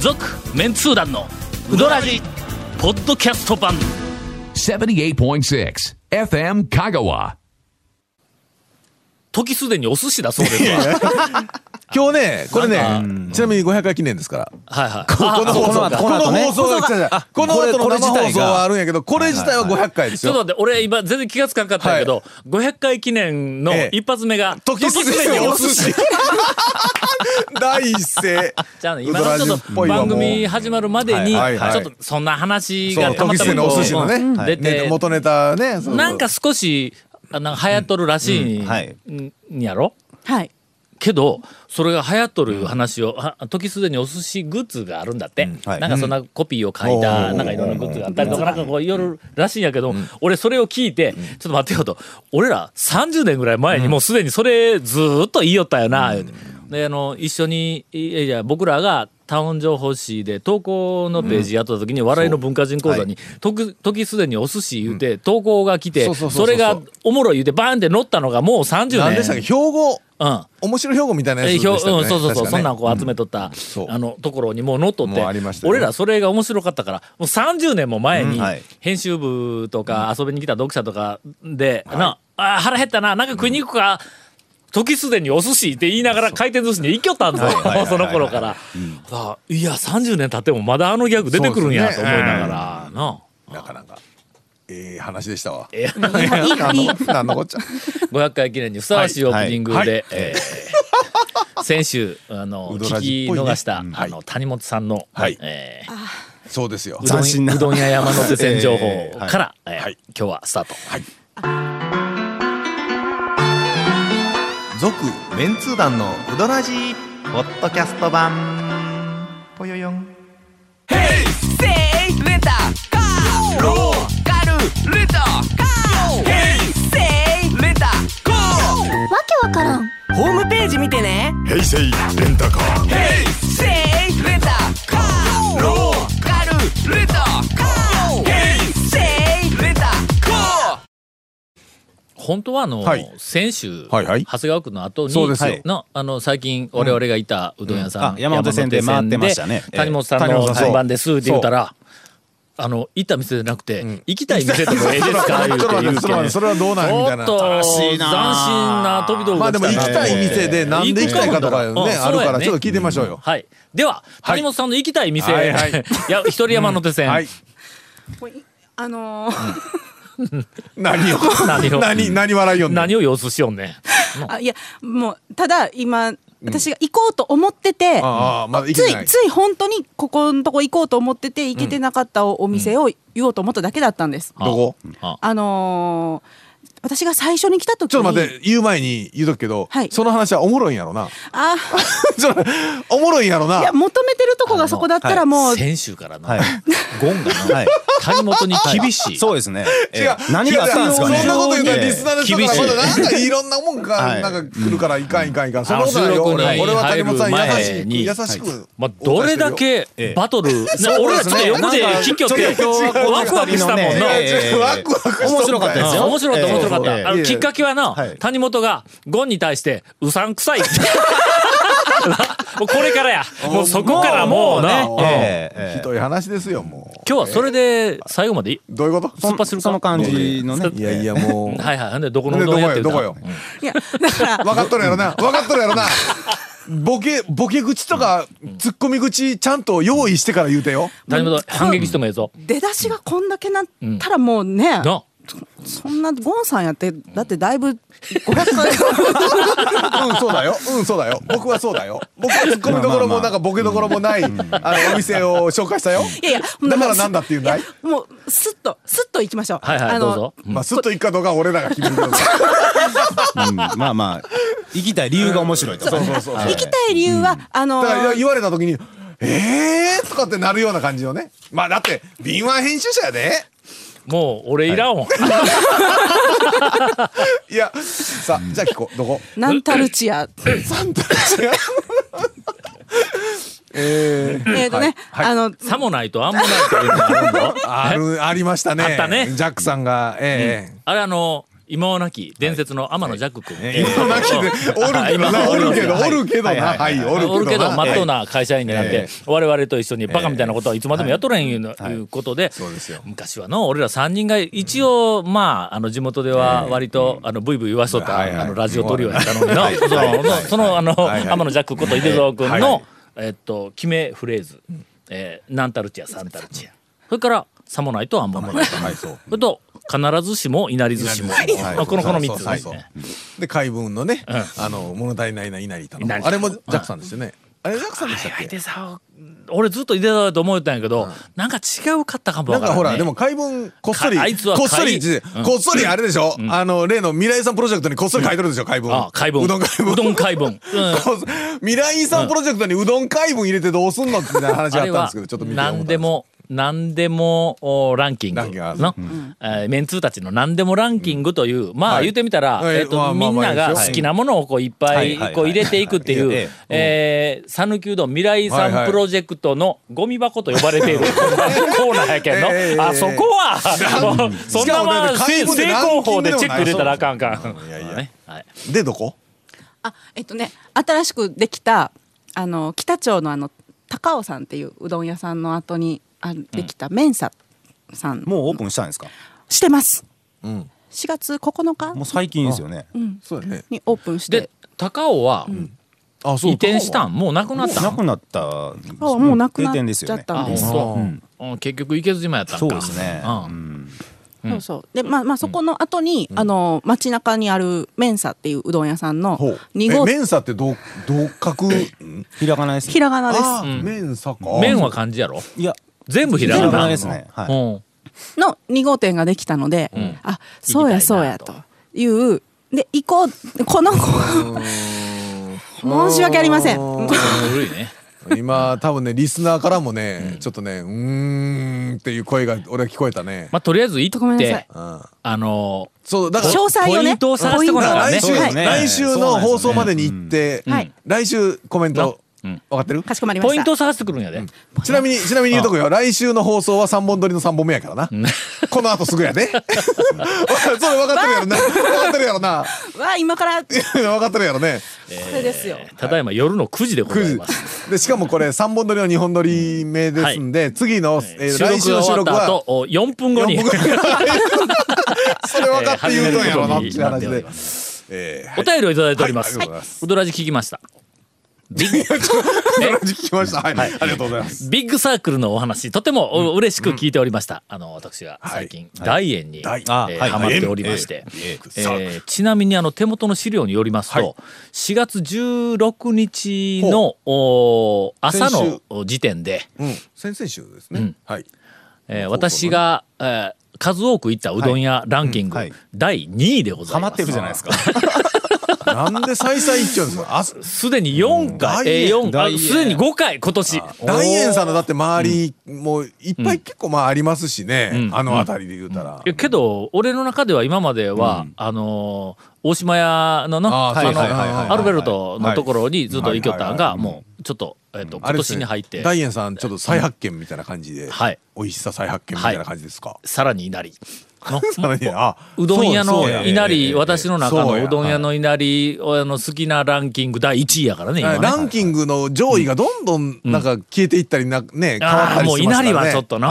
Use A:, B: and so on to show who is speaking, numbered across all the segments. A: 続メンツー団のウドラジポッドキャスト版
B: 78.6 FM Kagawa.
A: 時すでにお寿司だそうですわ
C: 今日ね、これ
A: な
C: ね、ちなみに500回記念ですから。
A: はいはい
C: この放送、この放送
D: この後ね
C: あこの
D: これ
C: 後の
D: これ
C: 生
D: 自
C: 放
D: 体
C: 送
D: が
C: はあるんやけど、これ自体は500回です
A: ちょっと
C: よ。
A: 待って、俺今全然気がつかんかったんやけど、500回記念の
C: ええ
A: 一発目が、
C: 時すでにお寿司。 第一声。
A: じゃあね、今のちょっと番組始まるまでに、
C: はいはい
A: ち
C: はい
A: ょっとそんな話
C: そ
A: が
C: う、
A: たま
C: 時
A: た
C: すでに
A: ま
C: お
A: こう
C: 寿司の
A: うん
C: ね、
A: 出
C: ね
A: て、
C: 元ネタね。そう
A: なんか、少し、あなんか流行っとるらしい
D: うんんはい
A: んやろ
E: はい。
A: けど、それが流行っとる話を、あ時すでにお寿司グッズがあるんだって、
D: はい
A: なんかそんなコピーを書いた、
C: うん
A: なんかいろんなグッズがあったりとか、なんかこういろいろらしいんやけど、俺それを聞いて、ちょっと待ってよと、俺ら30年ぐらい前にもうすでにそれずーっと言いよったよな、言うてで、あの、一緒に、いやいや、僕らが、タウン情報誌で投稿のページやった時に笑いの文化人講座にとく時すでにお寿司言うて投稿が来て
C: そうそうそうそう
A: それがおもろい言うてバーンって乗ったのがもう30年
C: 何でしたっけ標語。
A: うん
C: 面白い標語みたいなやつ
A: え
C: で
A: ー
C: し
A: ひ
C: た
A: ょう
C: よ
A: うん、
C: ね。
A: そうそうそう、
C: 確か
A: そん
C: ね
A: なんこう集めとった、
C: そう
A: あのところにもう乗っとって
C: もうありましたよね
A: 俺らそれが面白かったからもう30年も前に
D: うんはい
A: 編集部とか遊びに来た読者とかで、なあー腹減ったななんか食いに行くか、時すでにお寿司って言いながら回転寿司に行きよったんぞ、
D: はいはいはいはい
A: その頃から、あいや30年経ってもまだあのギャグ出てくるんやと思いながら、な
C: なかなか。ええ話でしたわ。
A: えー
E: いやいいのいいの
C: なんのこっちゃ。
A: 500回記念にふさわしいオープニングで、
C: はいはい
A: えー先週あの、
C: うど
A: 聞
C: らじ
A: き
C: っぽいね
A: 逃した、
C: うん
A: あの谷本さんの、
C: はい
A: えー
C: そうですよ
A: う。どん
D: 斬新な
A: うどん屋山手線情報
D: はい
A: から、えー
C: はい
A: 今日はスタート、
D: 続メンツー団のウドラジーポッドキャスト版ぽよよん
F: ヘイセイレタカーローカルレタカーヘイセイレタカー
E: わけわからん。
F: ホームページ見てねヘイセイレンタカーヘイセイレンタカーローカルレタカーヘイセイレンタカー
A: 本当はあの、
C: はい
A: 先週、
C: はいはい
A: 長谷川区の後に
C: そうですよ
A: のあの最近我々がいたうどん屋さん、
D: うんあ山手線で回ってましたね
A: 山手線で谷本さん
C: ええ谷
A: の
C: 本さん
A: 順番ですって言ったらあの行った店じゃなくて、行きたい店でもええですか言うて
C: それは
A: 言う
C: それは
A: て
C: それはどうなんみたいな
A: ちょっと
D: し
A: 斬
D: いな
A: 新な飛び道具
C: まあ
A: が
C: で
A: 来
C: も行き
A: たな
C: たい店でなんで行きたいかとかねあるからちょっと聞いてみましょうよ。
A: はいでは谷本さんの行きたい店、
C: はいいはい
A: や一人山手線、
C: はい。
E: あのー
C: 何を
A: 何を
C: 何何笑いよんねん。
A: 何を様子しようね
E: あいやもうただ今私が行こうと思ってて、
C: ああまだ行
E: つ
C: けない
E: い。つい本当にここのとこ行こうと思ってて行けてなかったお店を言おうと思っただけだったんです。
C: どこ？
A: あ
E: あのー私が最初に来た時に
C: ちょっと待って言う前に言うとくけど
E: はい、
C: その話はおもろいんやろな。
E: あ
C: ちょっと おもろいんやろ
E: い
C: な
E: や。求めてるとこがそこだったらもう、
A: 先週からな、
D: はい
A: ゴンがな、
D: はい
A: 谷本に厳しい、
D: そうですねえ
C: 違う
D: ー何があったんですかね
C: そんなこと言うたらリスナーの人からまだなんかいろんなもん
D: は
C: が
D: い
C: なんか来るからいかんいかんいかん。そんなこと
A: あ
C: な
A: の
C: いよ。俺は
A: 収録に
C: 俺は谷本さん
A: 入る
C: 優
A: 前
C: しく
A: に
C: 優しく。
A: まあ、どれだけ
D: ええ
A: バトル、な俺はちょっと横で聞きよって
D: なんかちょっと
A: ワクワクしたもんな、
D: ええ
C: 違う違うワクワクしとんだよ
D: 面白かったです
A: うん
D: よ
A: 面白かった
D: ええ
A: 面白かった、
D: ええ
A: あのきっかけはな、
D: はい
A: 谷本がゴンに対してうさんくさいって もうこれからやもうそこからもうね
C: も
D: え
C: ね
D: えええ
C: ひどい話ですよもう。
A: 今日はそれで最後までい
C: どういうこと？
A: 突破するか
D: その感じのね
C: いやいやもう。
A: はいはいほんでどこの
C: ね
A: うどんやって
C: どこよ
A: う
C: ど
A: ん
C: こ
E: いやだから
C: 分かっとるやろな分かっとるやろなボケボケ口とかツッコミ口ちゃんと用意してから言うてよ
A: 谷本反撃してもええぞ、
E: 出だしがこんだけなったらもうね、
A: な
E: そんなゴンさんやってだってだ いぶ500回
C: うんそうだようんそうだよ僕はそうだよ僕はツッコミどころもなんかボケどころもないあのお店を紹介したよ
E: いやいや
C: だからなんだっていうんだい
E: もうスッとスッと行きましょう。
A: はいはい
E: あ
A: ど
E: の
A: うぞ
C: まあすっといくかどうかは俺らが決めるけど
D: うんまあまあ行きたい理由が面白いとか
C: そう
D: ね
C: そうそう
D: はい
E: 行きたい理由は、あの
C: だから言われた時にえーとかってなるような感じのねまあだって敏腕編集者やで
A: もう俺いらんわ、
C: いやさあじゃあ聞こうどこ
E: なんたるちや。
C: サンタ違うえー
E: えっとね、あの、
A: さもないとあんもないというのがあるんだ
C: あるありましたね。
A: あったね
C: ジャックさんが、ええ
A: あれあの今はなき伝説の天野ジャック君、えー
C: 今なきで、おるけどな、おるけど、おるけどな、はい、おるけどな。
A: おるけど、まっとう
C: な。
A: な会社員になって、
C: え
A: 我々と一緒にバカみたいなことはいつまでもやっとれへんいうのいうことで、
C: そうですよ
A: 昔はの、俺ら3人が一応、まあ、あの、地元では割と、あの、ブイブイ言わしとった、
C: はいは
A: あ
C: い
A: の、ラジオトリオやったのにな、そうその、あの、
C: はいはい
A: 天野ジャックこと池蔵君の、
C: はいはい
A: えっと、決めフレーズ、えー、なんたるちやさんたるちや。それから、さもないとあんまもない。
C: はい、そう。
A: それと、必ずしも、いなり寿司も。
C: はい
A: まあこの、この3つ
C: そう
A: です
C: そう
A: ね。
C: そうで、海軍のね、あの、物足りないな、稲荷太郎
A: 稲荷太郎
C: あれもジャックさんですよね。あれジャックさんでしたっ
A: はい、
C: け
A: でさ、俺ずっと井出だと思ってたんやけど、なんか違うかったかもわ
C: なん
A: からん、
C: か
A: ね。
C: ほら、でも海軍、こっそり、
A: かあいつは
C: こっそり、
A: 海うん
C: こっそりあれでしょあの、例の未来遺産プロジェクトにこっそり書いてるんですよ、海軍。
A: ああ、解文。
C: うどん海軍。
A: うどん解文。うん。
C: こう未来遺産プロジェクトにうどん海分入れてどうすんのみたいな話があったんですけど、ちょっと見てみようと思
A: 何で
C: ったんす
A: も、何でもおランキング
C: ランキングある
A: の、えーメンツーたちの何でもランキングという、まあ
C: はい
A: 言ってみたら、
C: はい
A: えっ、と、
C: まあま
A: み
C: あ
A: ん
C: まあ
A: なが好きなものをこういっぱい
D: はい
A: こう入れていくってい
D: はいはいうはい、
A: えー、讃岐うどん未来遺
C: はいは
A: 産
C: い
A: プロジェクトのゴミ箱と呼ばれ ているコーナーやけんの。
C: ええええ
A: あ、そこは、もうそんなまあ
C: しか
A: 正
C: もね解文
A: 正
C: でランキン
A: 攻
C: グ
A: 法でチェック入れたらあかんか。
C: うんんいやいや
A: まあねはい
C: で、どこ
E: あえっとね新しくできたあの北町のあの高尾さんっていううどん屋さんの後にあるできたメンサさん、
D: もうオープンしたんですか
E: してます
C: うん。
E: 4月9
D: もう
E: 日
D: 最近ですよね。
C: そうだね。
E: にオープンして
A: で、高尾は
C: あ、そう
A: 移転したんもうなくなったん
D: なくなった。
E: あもうなくな
D: 閉
E: っ
D: 店です
E: ちゃ
D: よ
E: っ
D: ね。
E: たんです
A: あ本当うん結局行けずじまやったんか
D: そうですね。
A: うん
D: うん
E: そうそうでまあまあそこの後に、あの街中にあるメンサっていううどん屋さんの
C: ほう。え、
E: 2号
C: メンサってどう、どう書くん
D: ひらがなです。
E: ひらがなで
C: あーメンサか。
A: 麺は漢字やろ
D: いや、
A: 全部ひ
D: ひ
A: ら
D: ら
A: が
D: が
A: な
D: なですね。はい。
A: うん
E: すの2号店ができたので、あそうやそうや
A: 行きた
E: と
A: いな
E: いうで行こうこの子申し訳ありません
A: 古いね
C: 今多分ねリスナーからもね、ちょっとねうーんっていう声が俺は聞こえたね、
A: まあとりあえず行
E: ごめ
A: っ
E: んな
A: て
E: さい
C: うん、
A: あの
C: そうだから
E: 詳細
A: ポ
E: をね
A: イントを探してこなあかんね
C: 来週、
D: そうですね
C: 来週の放送までに行って、
E: んはい
C: 来週コメント、
A: なうん
C: 分かってる
E: かしこまりました
A: ポイントを探してくるんやで
C: ちなみにちなみに言うとくよ来週の放送は3本撮りの3本目やからな、このあとすぐやでそれ分かってるやろな分かってるやろな
E: わあ今からこ
C: 分かってるやろね
E: れですよ、
A: ただいま夜の9時でござい
C: 9
A: ます
C: 時でしかもこれ3本撮りの2本撮り目ですんで、次の、えー
A: 収
C: 来週
A: 録が
C: の収
A: 終わっ
C: 録
A: た
C: は
A: 後お4分後
C: い
A: に
C: や僕 それ分かって言うとんやろなっていう話
A: えー始めることになっておりま。
C: でえー
A: お便りをいただいておりま
C: はい
A: す
C: ありがとうございます
A: ウドラジ聞きましたビッグ
C: 同じ聞きました。はい。ありがとうございます。
A: ビッグサークルのお話、とてもお嬉しく聞いておりました。あの、私は最近、大円に、
C: 大
A: え
D: あ
A: ー
D: はい
A: ハマっておりまして。
C: えー
A: えーちなみにあの手元の資料によりますと、
C: はい
A: 4月16日のおー朝
C: 先
A: の時点で、
C: うん。先々週ですね。
A: うん
C: はい。
A: えー私が、えー数多く行ったうどん屋ランキング、
D: うんはい
A: 第2位でござ
D: ハ
A: い
D: マ
A: ま
D: ってる
A: す。
D: じゃないですか。
C: なんで再々言っちゃうんです か。あす
A: すでに4
C: うん
A: 回、
C: 大
A: え
C: 円
A: ー四
D: 大
A: あ
D: 円
A: すでに5回今年。
C: 大円さんのだって周りもいっぱい結構まあありますしね。
A: うん
C: あの辺りで言うたら
A: い。やけど俺の中では今までは、あのー大島屋のな
C: あーそう
A: の
C: はいはいはいはい
A: アルベルトのところにずっと行きよったん
C: はい
A: が
C: はいはいはい
A: もうちょっと,、えっと
C: あ
A: 今
C: れです
A: 年
C: ね
A: に入って、
C: 大円さんちょっと再発見みたいな感じで。
A: はい。
C: 美味しさ再発見みたいな感じですか。
A: さらにいなりの
C: さらにあ
A: うどん屋
C: そう
A: の
C: や
A: いなり、
C: ええ
A: 私の中
C: そう
A: の
C: や
A: うどん屋のいなり、あの好きなランキング第1位やからね今ね
C: ランキングの上位がどんどんなんか消えていったりなね変わっ
A: あ
C: た
A: あ
C: り
A: もう
C: して
A: い
C: ま
A: な
C: すからね。
A: りはちょっとな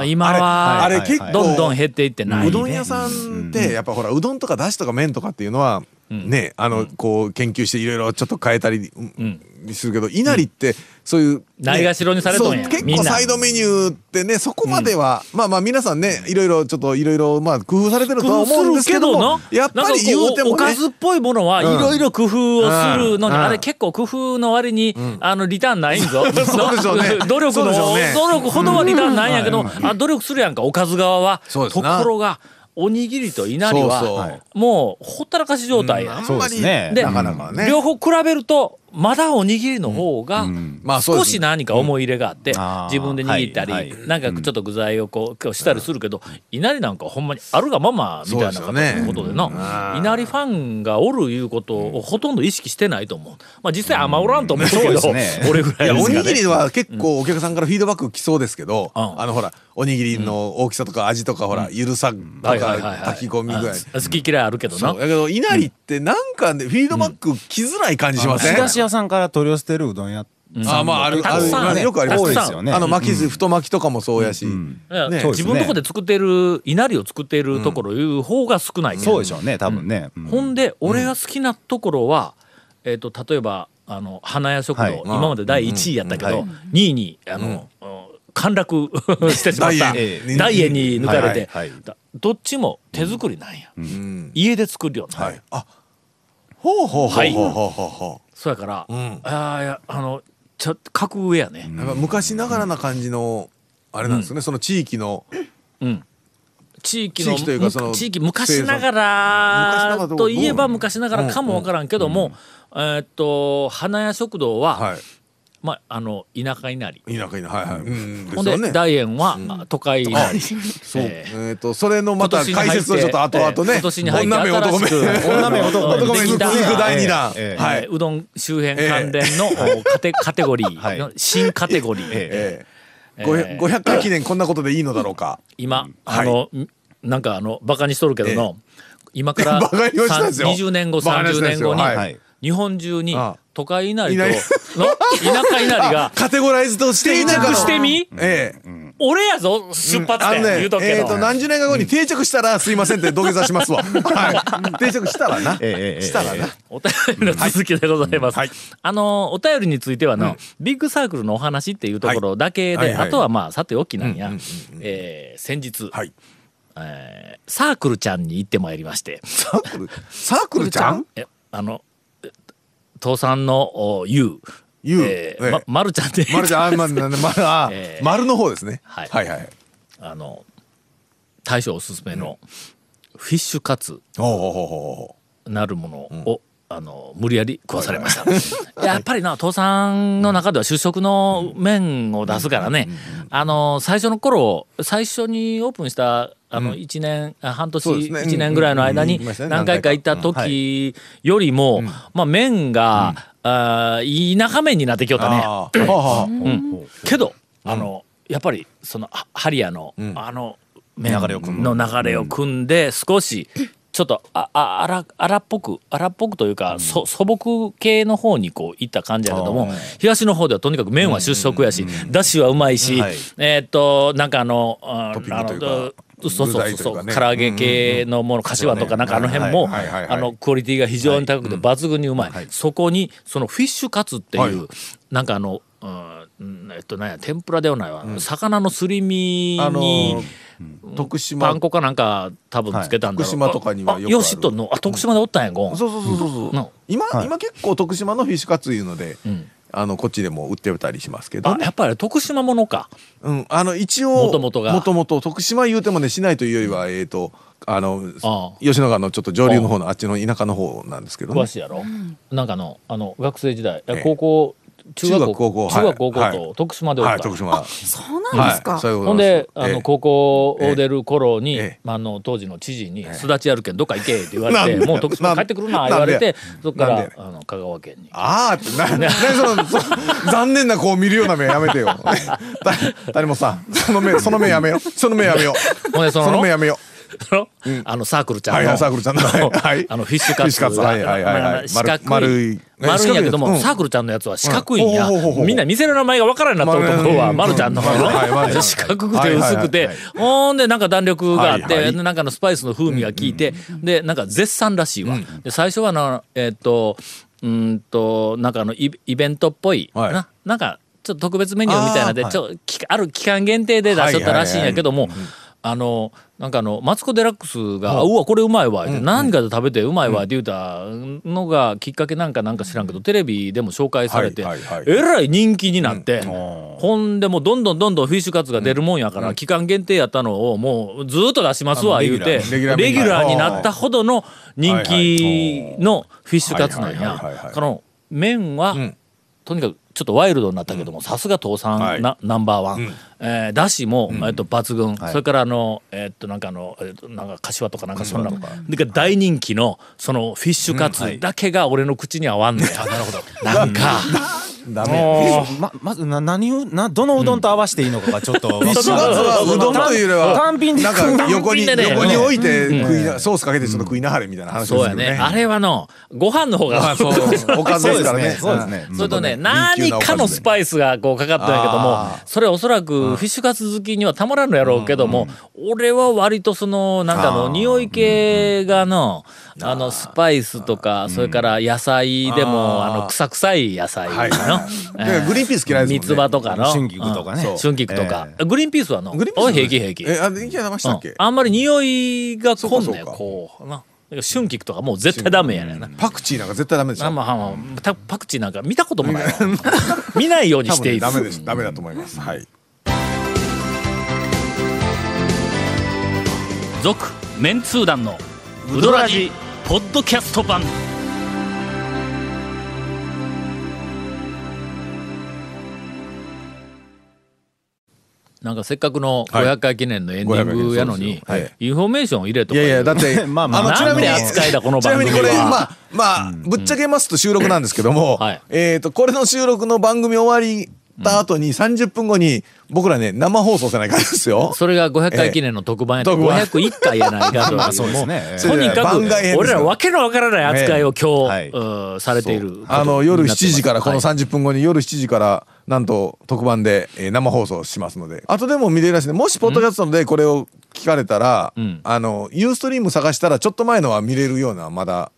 D: あー
A: 今は
C: あれ結構
A: どんどん減っていってないう
C: どん屋さんってやっぱほらうどんとかだしとか麺とかっていうのはねあのこう研究していろいろちょっと変えたりうんするけどいなりってそういうね
A: ないがしろにされとんや
C: そう結
A: みん
C: 構
A: な
C: サイドメニューってねそこまではまあまあ皆さんねいろいろちょっといろいろまあ工夫されてるとは思うんですけどもやっぱり言う
A: な
C: て
A: んかこお
C: も
A: か
C: ね
A: ずっぽいものはいろいろ工夫をするのに、
C: うん
A: あれ結構工夫の割に、あのリターンないんぞ
C: そうでしょうね
A: 努力
C: そう
A: の、
C: でしょうね
A: 努力ほどはリターンないんやけど、あ努力するやんかおかず側は
C: そ
A: と
C: うです
A: こ
C: な
A: ろがおにぎりといなりは
C: そうそう
A: はいもうほったらかし状態や、
C: あん
D: そう
C: ま
D: で
C: り
D: すね。
A: で
C: なかなかね
A: 両方比べるとまだおにぎりの方が
C: まあそう
A: 少
C: ですね
A: し何か思い入れがあって
D: あー
A: 自分で握った
D: はい
A: り
D: は
A: なんかちょっと具材をこうこうしたりするけどいなりなんかほんまにあるがままみたいな
C: そう
A: 形
C: ですよね
A: のことでな
C: うん
A: いなりファンがおるいうことをほとんど意識してないと思うまあ実際あんまおらんと思うけど
D: うんそうですね
A: 俺ぐらい
C: いや
A: で
C: お
A: すか
C: に
A: ね
C: ぎりは結構お客さんからフィードバック来そうですけど、
A: うん
C: あのほらおにぎりの大きさとか味とかほら、ゆるさとか
A: はいはいはいはい
C: 炊き込みぐらい。
A: あ好き嫌いあるけど
C: そ
A: な
C: うだけどいなりってなんかねフィードバック来づらい感じしません、
G: 仕出し屋さんから取り寄せてるうどん屋
C: あまあある
A: たくさん
C: ある
A: ね
C: よくありま
G: 多
C: す
G: い
A: たく
G: です
A: さ
G: よ
A: ん
G: ね
C: あの巻きず太巻きとかもそうやし、
A: うん
C: ね
G: そうです
A: 自
G: ね
A: 分のとこで作ってるいなりを作ってるところいう方が少ないけど
G: そうでしょうね多分ね、うん
A: ほんで俺が好きなところは、えっと例えばあの花屋食堂、
G: はい
A: 今まで第1位やったけど、2位にあの、うん陥落 してしまった
C: ダイエーに
A: 大栄に抜かれて、
G: はいはいはい
A: だどっちも手作りなんや、
C: うん
A: 家で作るような、
C: はいあほうほうほう
A: はい
C: ほうほうほうほ
A: そうやから、
C: ん
A: あーいやあのちょっと格上やね、
C: うやっぱ昔ながらな感じのあれなんですよね、その地域の
A: 地域の
C: 地域というかその
A: 地域昔ながらといえば昔ながらかもわからんけども、えーっと花屋食堂は、
C: はい
A: まああの田舎になり
C: 田舎にはいはい、うん、
A: ほん
C: よ
A: で大円はあ都会になり
C: そう、
A: えー
C: えっ、とそれのまた
A: 今年に入
C: 解
A: って
C: 説をちょっと後々ね、
A: えー今年に入って
C: 女目男
A: 新
C: 目
A: しく
G: 女目男目
C: 男目
G: で
C: 続く
G: きた
C: 第二弾、
G: ええええ
C: は
A: はいい、うどん周辺関連の、おカテカテゴリ ーの新カテゴリー、
C: ええ500 500回記念こんなことでいいのだろうか
A: 今あの、なんかあのバカにしとるけどの、今か ら
C: 馬鹿にはしてないですよ
A: 20年後
C: 馬鹿にはし
A: 30
C: てないです
A: 年後
C: よ
A: に、
G: はい
A: 日本中に
C: ああ
A: 都会稲荷と
C: 稲荷
A: の田舎稲荷 が
C: カテゴライズとして
A: 定
C: いながら
A: 着してみ
C: ええ
A: 俺やぞ出発
C: あ
A: 点、
C: のね
A: 言うとくけ
C: え
A: ど、
C: ー、と何十年か後に定着したらすいませんって土下座しま すわ、はい、定着したらな、
G: ええええ
C: したらな、
A: お便りの続きでございます。
C: はい
A: あのお便りについてはの、ビッグサークルのお話っていうところだけで、
C: はいはいはい
A: あとはまあさておきなんや、えー先日、
C: はい
A: えーサークルちゃんに行ってまいりまして
C: サークルサークルちゃん
A: えあのえ父さんのおゆう、
C: ゆう
A: えー
C: ええ
A: ま、まるちゃんで
C: 丸ちゃんあまままあ
A: ええ
C: 丸の方ですね、
A: はい
C: はいはい
A: あの大将おすすめのフィッシュカツ
C: ほうほうほうほ
A: なるものを、あの無理やり食わされました、 やっぱりな父さんの中では主食の麺を出すからね、あの最初の頃最初にオープンしたあの1年、あ半年、
C: そうです
A: 一
C: ね
A: 1年ぐらいの間
C: う
A: に
C: んうんうん言いましたね
A: 何回か行った
C: 何回
A: 時よりも、まあ、麺が、あーいい中麺になってきよっ
C: う
A: たね。
C: あーほうほう
A: けどあの、やっぱりそのあハリアの、
C: ん
A: あの
G: 流れを組む
A: の流れを組んで少しちょっとああ荒荒っぽく荒っぽくというか、そ素朴系の方にこう行った感じやけども東の方ではとにかく麺は出色やし、だしはうまいし、
G: はい
A: えーっとなんかあのあ
C: トッピングというか
A: あのそうそう
C: 具材と
A: そ
C: いう
A: そ
C: うか
A: う、
C: ね
A: 唐揚げ系のもの、かしわとかなんかあの辺も、
C: はいはいはいはい
A: あのクオリティが非常に高くて抜群にうまい、そこにそのフィッシュカツっていう、
C: はい
A: なんかあの、うん、えっとなんや天ぷらではないわ、魚のすり身に、
C: あのー徳島
A: パン粉かなんか多分つけたんだろう、
C: はい徳島とかにはよくある
A: よしとのあ徳島でおったんやゴン、
C: そうそうそうそうそう、
A: うん
C: 今、今結構徳島のフィッシュカツいうので、
A: ん
C: あのこっちでも売ってたりしますけど
A: あ
C: ね、
A: やっぱり徳島ものか
C: うん、あの一応
A: 元々が
C: 元々徳島言うてもね市内というよりはえっ、とあの
A: ああ
C: 吉野川のちょっと上流の方のあっちの田舎の方なんですけどね
A: 詳しいやろ、なんかあのあの学生時代、いや
C: ええ
A: 高校中学
C: 中学高校はい
A: 中学高校
C: はい
A: と徳島でおった、
C: はい徳島
E: そうなんですか、
C: はい、そういうこ
A: ほ
C: と
A: ん
C: です
A: で、あの、高校を出る頃に、
C: ええ
A: まあ、あの当時の知事に「すだちやるけんどっか行け」って言われて「もう徳島帰ってくるな」言われ
C: なん
A: て
C: で
A: そこか
C: なん
A: ら
C: で
A: あの香川県に。
C: ああってな、なそのそ 残念な子を見るような目やめてよ。 た谷本さん、その目、その目やめよう。その目やめよう。
A: ほんで その
C: 目やめよう。
A: あのサークルちゃんの,、
C: はいはいサークルちゃんのはいはい
A: あのフィッシュカツ
C: フィッシュカツはいはいはいはい
A: まあ四角い
C: 丸丸いえ
A: 丸いんやけども、
C: 四角いやつうん
A: サークルちゃんのやつは四角いんや、
C: うんほうほうほうほう
A: みんな店の名前がわからんようになったところは
C: 丸
A: 丸ちゃんの、
C: うんはい丸ちゃ ん
A: 四角くて薄くて、
C: はいはいはい
A: ほんでなんか弾力があって、
C: はいはい
A: でなんかのスパイスの風味が効いて、でなんか絶賛らしいわ、で最初はなえーっとうーんとなんかあのイベイベントっぽい、
C: はい
A: ななんかちょっと特別メニューみたいなのでちょ、きある期間限定で出しとったらしいんやけども、あのなんかあのマツコ・デラックスが「うわこれうまいわ」って、何かで食べてうまいわって言うたのがきっかけなんかなんか知らんけどテレビでも紹介されて、
C: はいはいはい
A: えらい人気になって、ほんでもうどんどんどんどんフィッシュカツが出るもんやから、期間限定やったのをもうずーっと出しますわ
C: あもう
A: 言
C: レ
A: う
C: ギュラ
A: て
C: ーレギュラ
A: レギュラ
C: ーメニュー
A: ーになったほどの人
C: はい
A: 気のフィッシュカツなん
C: はいはいはいはい
A: や
C: はい。
A: この麺は、
C: ん
A: とにかくちょっとワイルドになったけどもさすが倒産、
C: はい
A: なナンバーワン、
C: ん
A: えーだしも、えっと抜群、
G: はい
A: それからあのえっとなんかあの、えっとなんか柏とかなんかそんなので大人気のそのフィッシュカツだけが俺の口には合わんねん、なるほどなんか
C: ダ
A: もう
G: ままずな何をなどのうどんと合わせていいのかがちょっと
C: 一緒だはうどんというよりは
G: 単品で
C: なんか横に
A: 単品でね
C: 横に置いて食いなソースかけてちょっと食いなはれみたいな話です
A: そう
C: よ
A: や
C: ね
A: ねあれはのご飯の方が
C: あそうおかずですからね
G: そうですねそうですね
A: それとね、
C: うん
A: 何かのスパイスがこうかかったんやけども、それおそらくフィッシュカツ好きにはたまらんのやろうけども、俺は割とその、なんかの匂い系がの、あの、スパイスとか、それから野菜でも、あの、臭臭い野菜の
C: はいはいはいだからグリーンピース嫌いですもんね
A: 三つ葉とかの。
G: 春菊と
A: う
G: かね
A: ん
G: そう
A: 春菊とか。グリーンピースはの、
C: グリーンピース
A: おい平気平気。
C: えあいきなり流したっけ
A: うんあんまり匂いがこんねん、
C: そうかそうか
A: こう。なだから春菊とかもう絶対ダメやねんな。
C: パクチーなんか絶対ダメでし
A: まあ
C: ょ
A: まあまあ、たパクチーなんか見たこともないわ。 見ないように
C: 多
A: して
C: 分
A: い
C: ね
A: る。
C: ダメですダメだと思いますはい
A: 続、メンツー団のウドラジポッドキャスト版。なんかせっかくの
C: はい
A: 500回記念のエンディングやのに、
C: 500回記念そうですよはい
A: インフォメーション入れと
C: い
A: か
C: や
A: 言
C: いうやだって
G: まあまあ
C: のちなみに
A: なんて扱いだこの
C: ちな
A: 番
C: みに
A: 組
C: これま
A: は
C: あまあぶっちゃけますと収録なんですけども
A: はい
C: えっとこれの収録の番組終わりた後に30分後に僕らね生放送せないからですよ
A: それが500回記念の特番やった
C: 特番
A: 501回やない かと
G: まあそうですね
A: も
G: ええ
A: とにかく
C: 番外編ですよ
A: 俺らわけのわからない扱いを今
G: は
A: 日
G: いう
A: ーされていること
C: あの夜
A: にな
C: 7
A: ってます
C: 時からこ
A: は
C: の
A: い
C: 30分後に夜7時からなんと特番でえー生放送しますので後でも見れるらしいんでもしポッドキャストでこれを聞かれたら
A: ん
C: あのユーストリーム探したらちょっと前のは見れるようなまだ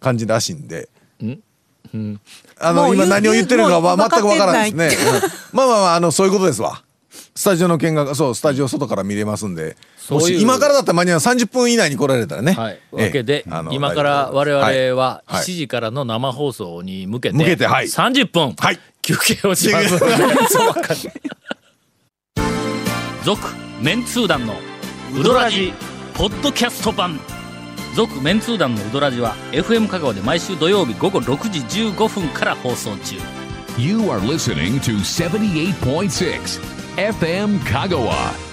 C: 感じらしいんで。あ
E: も
C: の
E: う
C: 今
E: 言う
C: 何を言ってるのかは
E: も
C: 全
E: う分かって
C: くわからな
E: ないい
C: ですね。うんまあまあまああのそういうことですわ。スタジオの見学そうスタジオ外から見れますんで。も
A: そうい
C: し
A: う
C: 今からだったら間に合う30分以内に来られたらね。
A: はい、
C: ええ
A: わけで、
C: あの
A: 今から我々
C: い
A: は
C: はい
A: 7時からの生放送に向けて
C: 向けてはい
A: 30分、
C: はい
A: 休憩を します続メンツー団のウドラジポッドキャスト版続メンツー団のウドラジは FM 香川で毎週土曜日午後6時15分から放送中
B: You are listening to 78.6 FM Kagawa.